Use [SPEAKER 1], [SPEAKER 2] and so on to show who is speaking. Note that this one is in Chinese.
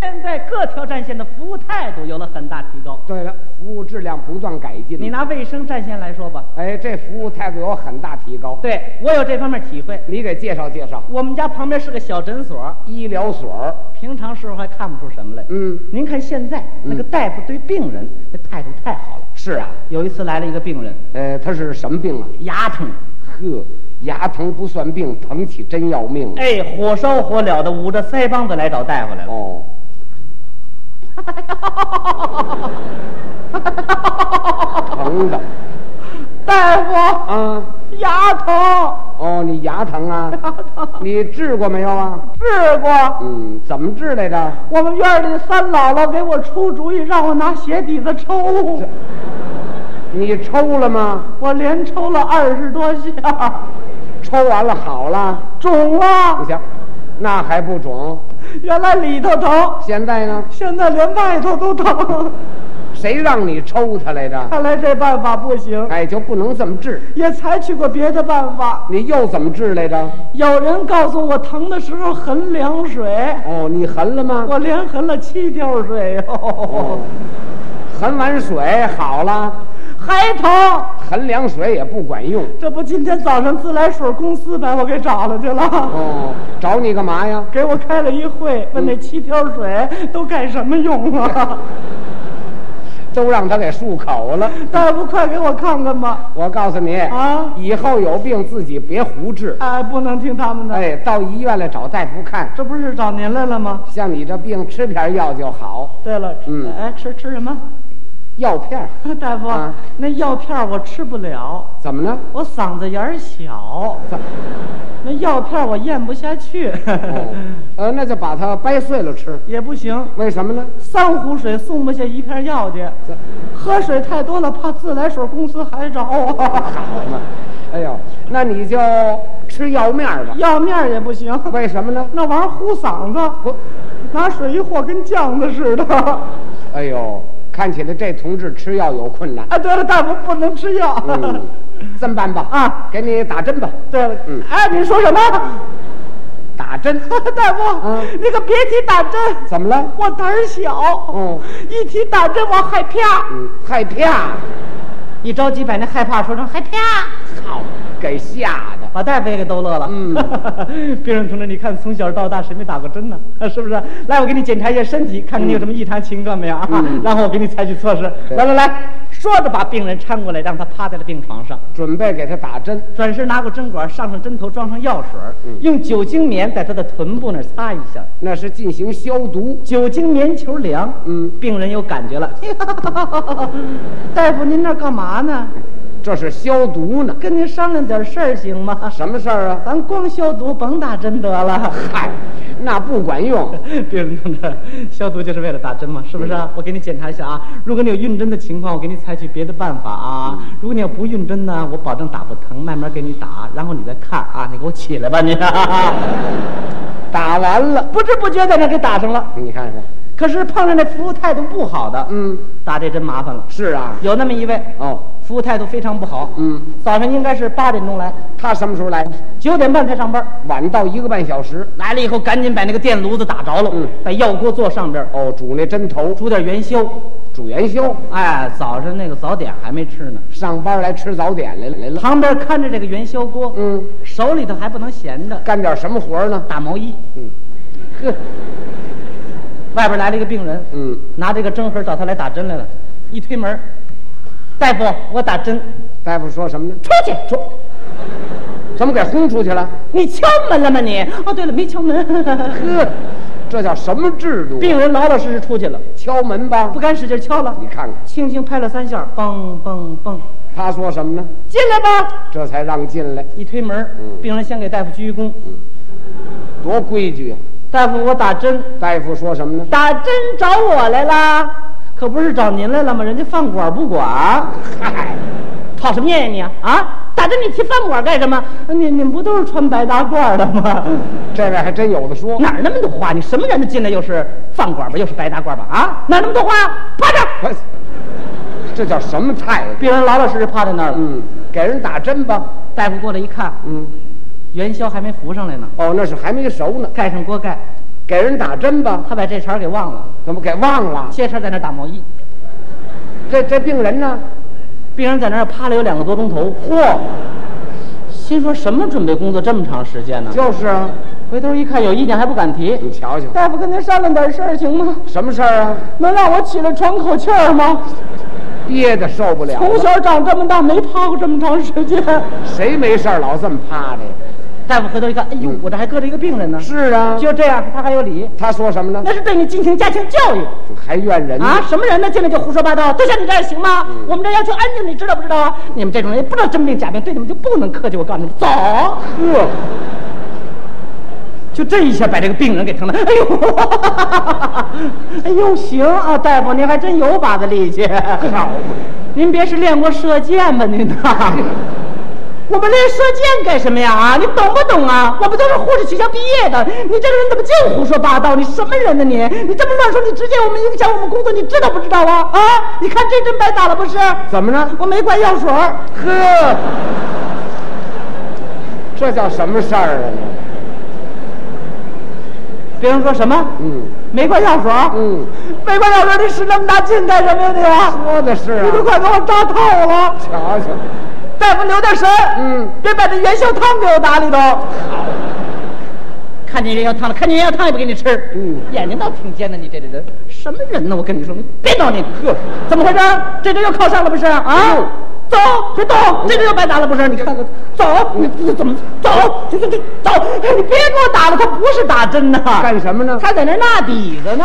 [SPEAKER 1] 现在各条战线的服务态度有了很大提高。
[SPEAKER 2] 对了，服务质量不断改进。
[SPEAKER 1] 你？拿卫生战线来说吧，
[SPEAKER 2] 哎，这服务态度有很大提高。，
[SPEAKER 1] 对我有这方面体会。
[SPEAKER 2] 你给介绍介绍
[SPEAKER 1] 我们家旁边是个小诊所，
[SPEAKER 2] 医疗所儿。
[SPEAKER 1] 平常时候还看不出什么来。
[SPEAKER 2] 嗯
[SPEAKER 1] 您看现在那个大夫对病人那态度太好了。
[SPEAKER 2] 是啊，
[SPEAKER 1] 有一次来了一个病人，
[SPEAKER 2] 呃，他是什么病啊？
[SPEAKER 1] 牙疼，
[SPEAKER 2] 呵，牙疼不算病，疼起真要命了。
[SPEAKER 1] 哎，火烧火燎的，捂着腮帮子来找大夫来了。
[SPEAKER 2] 哦，疼的
[SPEAKER 1] 大
[SPEAKER 2] 啊，
[SPEAKER 1] 夫，牙疼，
[SPEAKER 2] 哦，你牙 疼啊？你治过没有啊？
[SPEAKER 1] 治过。
[SPEAKER 2] 嗯，怎么治来着？
[SPEAKER 1] 我们院里三姥姥给我出主意，让我拿鞋底子抽，
[SPEAKER 2] 嗯你抽了吗？
[SPEAKER 1] 我连抽了二十多下，
[SPEAKER 2] 抽完了好了？
[SPEAKER 1] 肿
[SPEAKER 2] 不
[SPEAKER 1] 了，
[SPEAKER 2] 行，那还不中。
[SPEAKER 1] 啊原来里头疼，
[SPEAKER 2] 现在呢？
[SPEAKER 1] 现在连外头都疼。
[SPEAKER 2] 谁让你抽他来着？
[SPEAKER 1] 看来这办法不行，
[SPEAKER 2] 哎，就不能这么治。
[SPEAKER 1] 也采取过别的办法。
[SPEAKER 2] 你又怎么治来着？
[SPEAKER 1] 有人告诉我，疼的时候很凉水，
[SPEAKER 2] 哦，你痕了吗？
[SPEAKER 1] 我连横了七吊水哟、
[SPEAKER 2] 哦，痕完水好了，
[SPEAKER 1] 还疼。
[SPEAKER 2] 痕凉水也不管用。
[SPEAKER 1] 这不，今天早上自来水公司把我给找了去了，
[SPEAKER 2] 哦，找你干嘛呀？
[SPEAKER 1] 给我开了一会，问那七条水都干什么用啊？
[SPEAKER 2] 都让他给漱口了。
[SPEAKER 1] 大夫，快给我看看吧！
[SPEAKER 2] 我告诉你，
[SPEAKER 1] 啊，
[SPEAKER 2] 以后有病自己别胡治。
[SPEAKER 1] 哎，不能听他们的。，
[SPEAKER 2] 哎，到医院来找大夫看。
[SPEAKER 1] 这不是找您来了吗？
[SPEAKER 2] 像你这病，吃片药就好。
[SPEAKER 1] 对了，
[SPEAKER 2] 嗯
[SPEAKER 1] 哎，吃吃什么？
[SPEAKER 2] 药片儿
[SPEAKER 1] 大夫，
[SPEAKER 2] 啊
[SPEAKER 1] 那药片儿我吃不了，
[SPEAKER 2] 怎么了？
[SPEAKER 1] 我嗓子眼儿小，
[SPEAKER 2] 怎
[SPEAKER 1] 那药片儿我咽不下去，
[SPEAKER 2] 哦，呃，那就把它掰碎了吃。
[SPEAKER 1] 也不行。
[SPEAKER 2] 为什么呢？
[SPEAKER 1] 三壶水送不下一片药去，
[SPEAKER 2] 这
[SPEAKER 1] 喝水太多了，怕自来水公司还找我。
[SPEAKER 2] 哦好嘛，哎呦，那你就吃药面儿吧。
[SPEAKER 1] 要面儿也不行，
[SPEAKER 2] 为什么呢？
[SPEAKER 1] 那玩意儿糊嗓子
[SPEAKER 2] 不，
[SPEAKER 1] 拿水一和跟酱子似的。
[SPEAKER 2] 哎呦，看起来这同志吃药有困 难。
[SPEAKER 1] 啊，对了，大夫不能吃药。
[SPEAKER 2] 嗯，这么办吧，
[SPEAKER 1] 啊，
[SPEAKER 2] 给你打针吧，
[SPEAKER 1] 对了，
[SPEAKER 2] 嗯
[SPEAKER 1] 哎，你说什么？
[SPEAKER 2] 打针。
[SPEAKER 1] 大夫，
[SPEAKER 2] 嗯
[SPEAKER 1] 你可别提打针，
[SPEAKER 2] 怎么了？
[SPEAKER 1] 我胆儿小，
[SPEAKER 2] 哦，
[SPEAKER 1] 一提打针我害怕，
[SPEAKER 2] 嗯，害怕，
[SPEAKER 1] 一着急把那害怕说成害怕。
[SPEAKER 2] 好，给吓的。
[SPEAKER 1] 把大夫也给逗乐了。嗯， 病人同志，你看从小到大谁没打过针呢？ 啊是不是？来，我给你检查一下身体，看看你有什么异常情况没有啊？
[SPEAKER 2] 嗯
[SPEAKER 1] 然后我给你采取措施。
[SPEAKER 2] 对
[SPEAKER 1] 来来来，说着把病人搀过来，让他趴在了病床上，
[SPEAKER 2] 准备给他打针。
[SPEAKER 1] 转身拿过针管，上上针头，装上药水儿，用酒精棉在他的臀部那儿擦一下。
[SPEAKER 2] 那是进行消毒。
[SPEAKER 1] 酒精棉球凉，
[SPEAKER 2] 嗯，
[SPEAKER 1] 病人有感觉了。 大夫，您那儿干嘛呢？
[SPEAKER 2] 这是消毒呢。
[SPEAKER 1] 跟您商量点事儿行吗？
[SPEAKER 2] 什么事儿啊？
[SPEAKER 1] 咱光消毒，甭打针得了。
[SPEAKER 2] 嗨，那不管用。
[SPEAKER 1] 病人同志，消毒就是为了打针嘛，是不是啊、我给你检查一下啊，如果你有晕针的情况，我给你采取别的办法啊。如果你要不晕针呢，我保证打不疼，慢慢给你打，然后你再看啊。你给我起来吧，你。
[SPEAKER 2] 打完了，
[SPEAKER 1] 不知不觉在那给打上了，
[SPEAKER 2] 你看看，
[SPEAKER 1] 可是碰上那服务态度不好的，
[SPEAKER 2] 嗯，
[SPEAKER 1] 打这针麻烦了。
[SPEAKER 2] 是啊，
[SPEAKER 1] 有那么一位，
[SPEAKER 2] 哦，
[SPEAKER 1] 服务态度非常不好，
[SPEAKER 2] 嗯，
[SPEAKER 1] 早上应该是八点钟来，
[SPEAKER 2] 他什么时候来？
[SPEAKER 1] 九点半才上班。
[SPEAKER 2] 晚到一个半小时。
[SPEAKER 1] 来了以后，赶紧把那个电炉子打着了，
[SPEAKER 2] 嗯
[SPEAKER 1] 把药锅做上边儿，
[SPEAKER 2] 哦，煮那针头，
[SPEAKER 1] 煮点元宵。
[SPEAKER 2] 煮元宵，
[SPEAKER 1] 哎，早上那个早点还没吃呢，
[SPEAKER 2] 上班来吃早点来了来了。
[SPEAKER 1] 旁边看着这个元宵锅，
[SPEAKER 2] 嗯，
[SPEAKER 1] 手里头还不能闲着，
[SPEAKER 2] 干点什么活儿呢？
[SPEAKER 1] 打毛衣。
[SPEAKER 2] 嗯，呵，
[SPEAKER 1] 外边来了一个病人，
[SPEAKER 2] 嗯，
[SPEAKER 1] 拿这个针盒找他来打针来了，一推门，大夫，我打针，
[SPEAKER 2] 大夫说什么呢？
[SPEAKER 1] 出去，出，
[SPEAKER 2] 怎么给轰出去了？
[SPEAKER 1] 你敲门了吗你？哦，对了，没敲门。
[SPEAKER 2] 呵，这叫什么制度？ 啊
[SPEAKER 1] 病人老老实实出去了，
[SPEAKER 2] 敲门吧
[SPEAKER 1] 不，敢使劲敲了
[SPEAKER 2] 你，看看，
[SPEAKER 1] 轻轻拍了三下，梆梆梆，
[SPEAKER 2] 他说什么呢？
[SPEAKER 1] 进来吧。
[SPEAKER 2] 这才让进来，
[SPEAKER 1] 一推门，病人先给大夫鞠一躬，
[SPEAKER 2] 多规矩啊！
[SPEAKER 1] 大夫，我打针。
[SPEAKER 2] 大夫说什么呢？
[SPEAKER 1] 打针找我来啦，可不是找您来了吗？人家饭馆不管，
[SPEAKER 2] 嗨，
[SPEAKER 1] 讨什么厌呀你啊？啊，打针你提饭馆干什么？你你们不都是穿白大褂的 吗？
[SPEAKER 2] 这位还真有的说。
[SPEAKER 1] 哪儿那么多话？你什么人都进来又是饭馆吧，又是白大褂吧？啊，哪儿那么多话？趴着！
[SPEAKER 2] 哎这叫什么态度？
[SPEAKER 1] 病人老老实实趴在那儿了。
[SPEAKER 2] 嗯，给人打针吧。
[SPEAKER 1] 大夫过来一看，
[SPEAKER 2] 嗯，
[SPEAKER 1] 元宵还没浮上来呢，
[SPEAKER 2] 哦，那是还没熟呢。
[SPEAKER 1] 盖上锅盖，
[SPEAKER 2] 给人打针吧，
[SPEAKER 1] 他把这茬儿给忘了，
[SPEAKER 2] 怎么给忘了？
[SPEAKER 1] 接茬儿在那儿打毛衣，
[SPEAKER 2] 这这病人呢？
[SPEAKER 1] 病人在那儿趴了有两个多钟头，
[SPEAKER 2] 嚯，
[SPEAKER 1] 心说什么准备工作这么长时间呢？
[SPEAKER 2] 就是啊，
[SPEAKER 1] 回头一看有意见还不敢提，
[SPEAKER 2] 你瞧瞧，
[SPEAKER 1] 大夫跟您商量点事儿行吗？
[SPEAKER 2] 什么事儿啊？
[SPEAKER 1] 能让我起来喘口气儿吗？
[SPEAKER 2] 憋得受不了了，
[SPEAKER 1] 从小长这么大没趴过这么长时间。
[SPEAKER 2] 谁没事儿老这么趴着呀？
[SPEAKER 1] 大夫回头一看，哎呦，我这还搁着一个病人呢。
[SPEAKER 2] 是啊，
[SPEAKER 1] 就这样，他还有理，
[SPEAKER 2] 他说什么呢
[SPEAKER 1] 那？是对你进行家庭教育。
[SPEAKER 2] 还怨人呢嗯
[SPEAKER 1] 啊，什么人呢？进来就胡说八道，都像你这样行吗？我们这要求安静，你知道不知道啊？你们这种人不知道真病假病，对你们就不能客气。我告诉你们，走！
[SPEAKER 2] 哦呵，
[SPEAKER 1] 就这一下把这个病人给疼的，哎呦， 哎呦，行啊，大夫您还真有把子力气。
[SPEAKER 2] 好嘛，
[SPEAKER 1] 您别是练过射箭吧？您呐，我们练射箭干什么呀？啊，你懂不懂啊？我们都是护士学校毕业的，你这个人怎么净胡说八道？你什么人呢你？你这么乱说，你直接我们影响我们工作，你知道不知道啊？啊，你看这针白打了不是？
[SPEAKER 2] 怎么着？
[SPEAKER 1] 我没灌药水儿，
[SPEAKER 2] 呵，这叫什么事儿啊？你
[SPEAKER 1] 别人说什么？
[SPEAKER 2] 嗯
[SPEAKER 1] 没灌药水儿，
[SPEAKER 2] 嗯，
[SPEAKER 1] 没灌药水儿，你使那么大劲干什么呀你啊？
[SPEAKER 2] 说的是
[SPEAKER 1] 你都
[SPEAKER 2] 啊，
[SPEAKER 1] 快给我扎透了！
[SPEAKER 2] 瞧瞧，
[SPEAKER 1] 大夫留点神，
[SPEAKER 2] 嗯，
[SPEAKER 1] 别把这元宵汤给我打里头。看见元宵汤了，看见元宵汤也不给你吃，
[SPEAKER 2] 嗯
[SPEAKER 1] 眼睛倒挺尖的，你这这人什么人呢？我跟你说，你别闹你，呵，怎么回事儿？这就又靠上了不是啊？走，别动，这就又白打了不是？你看看，走，你这怎么走？这这这走，你别给我打了，他不是打针呐，
[SPEAKER 2] 干什么呢？
[SPEAKER 1] 他在那儿纳底子呢。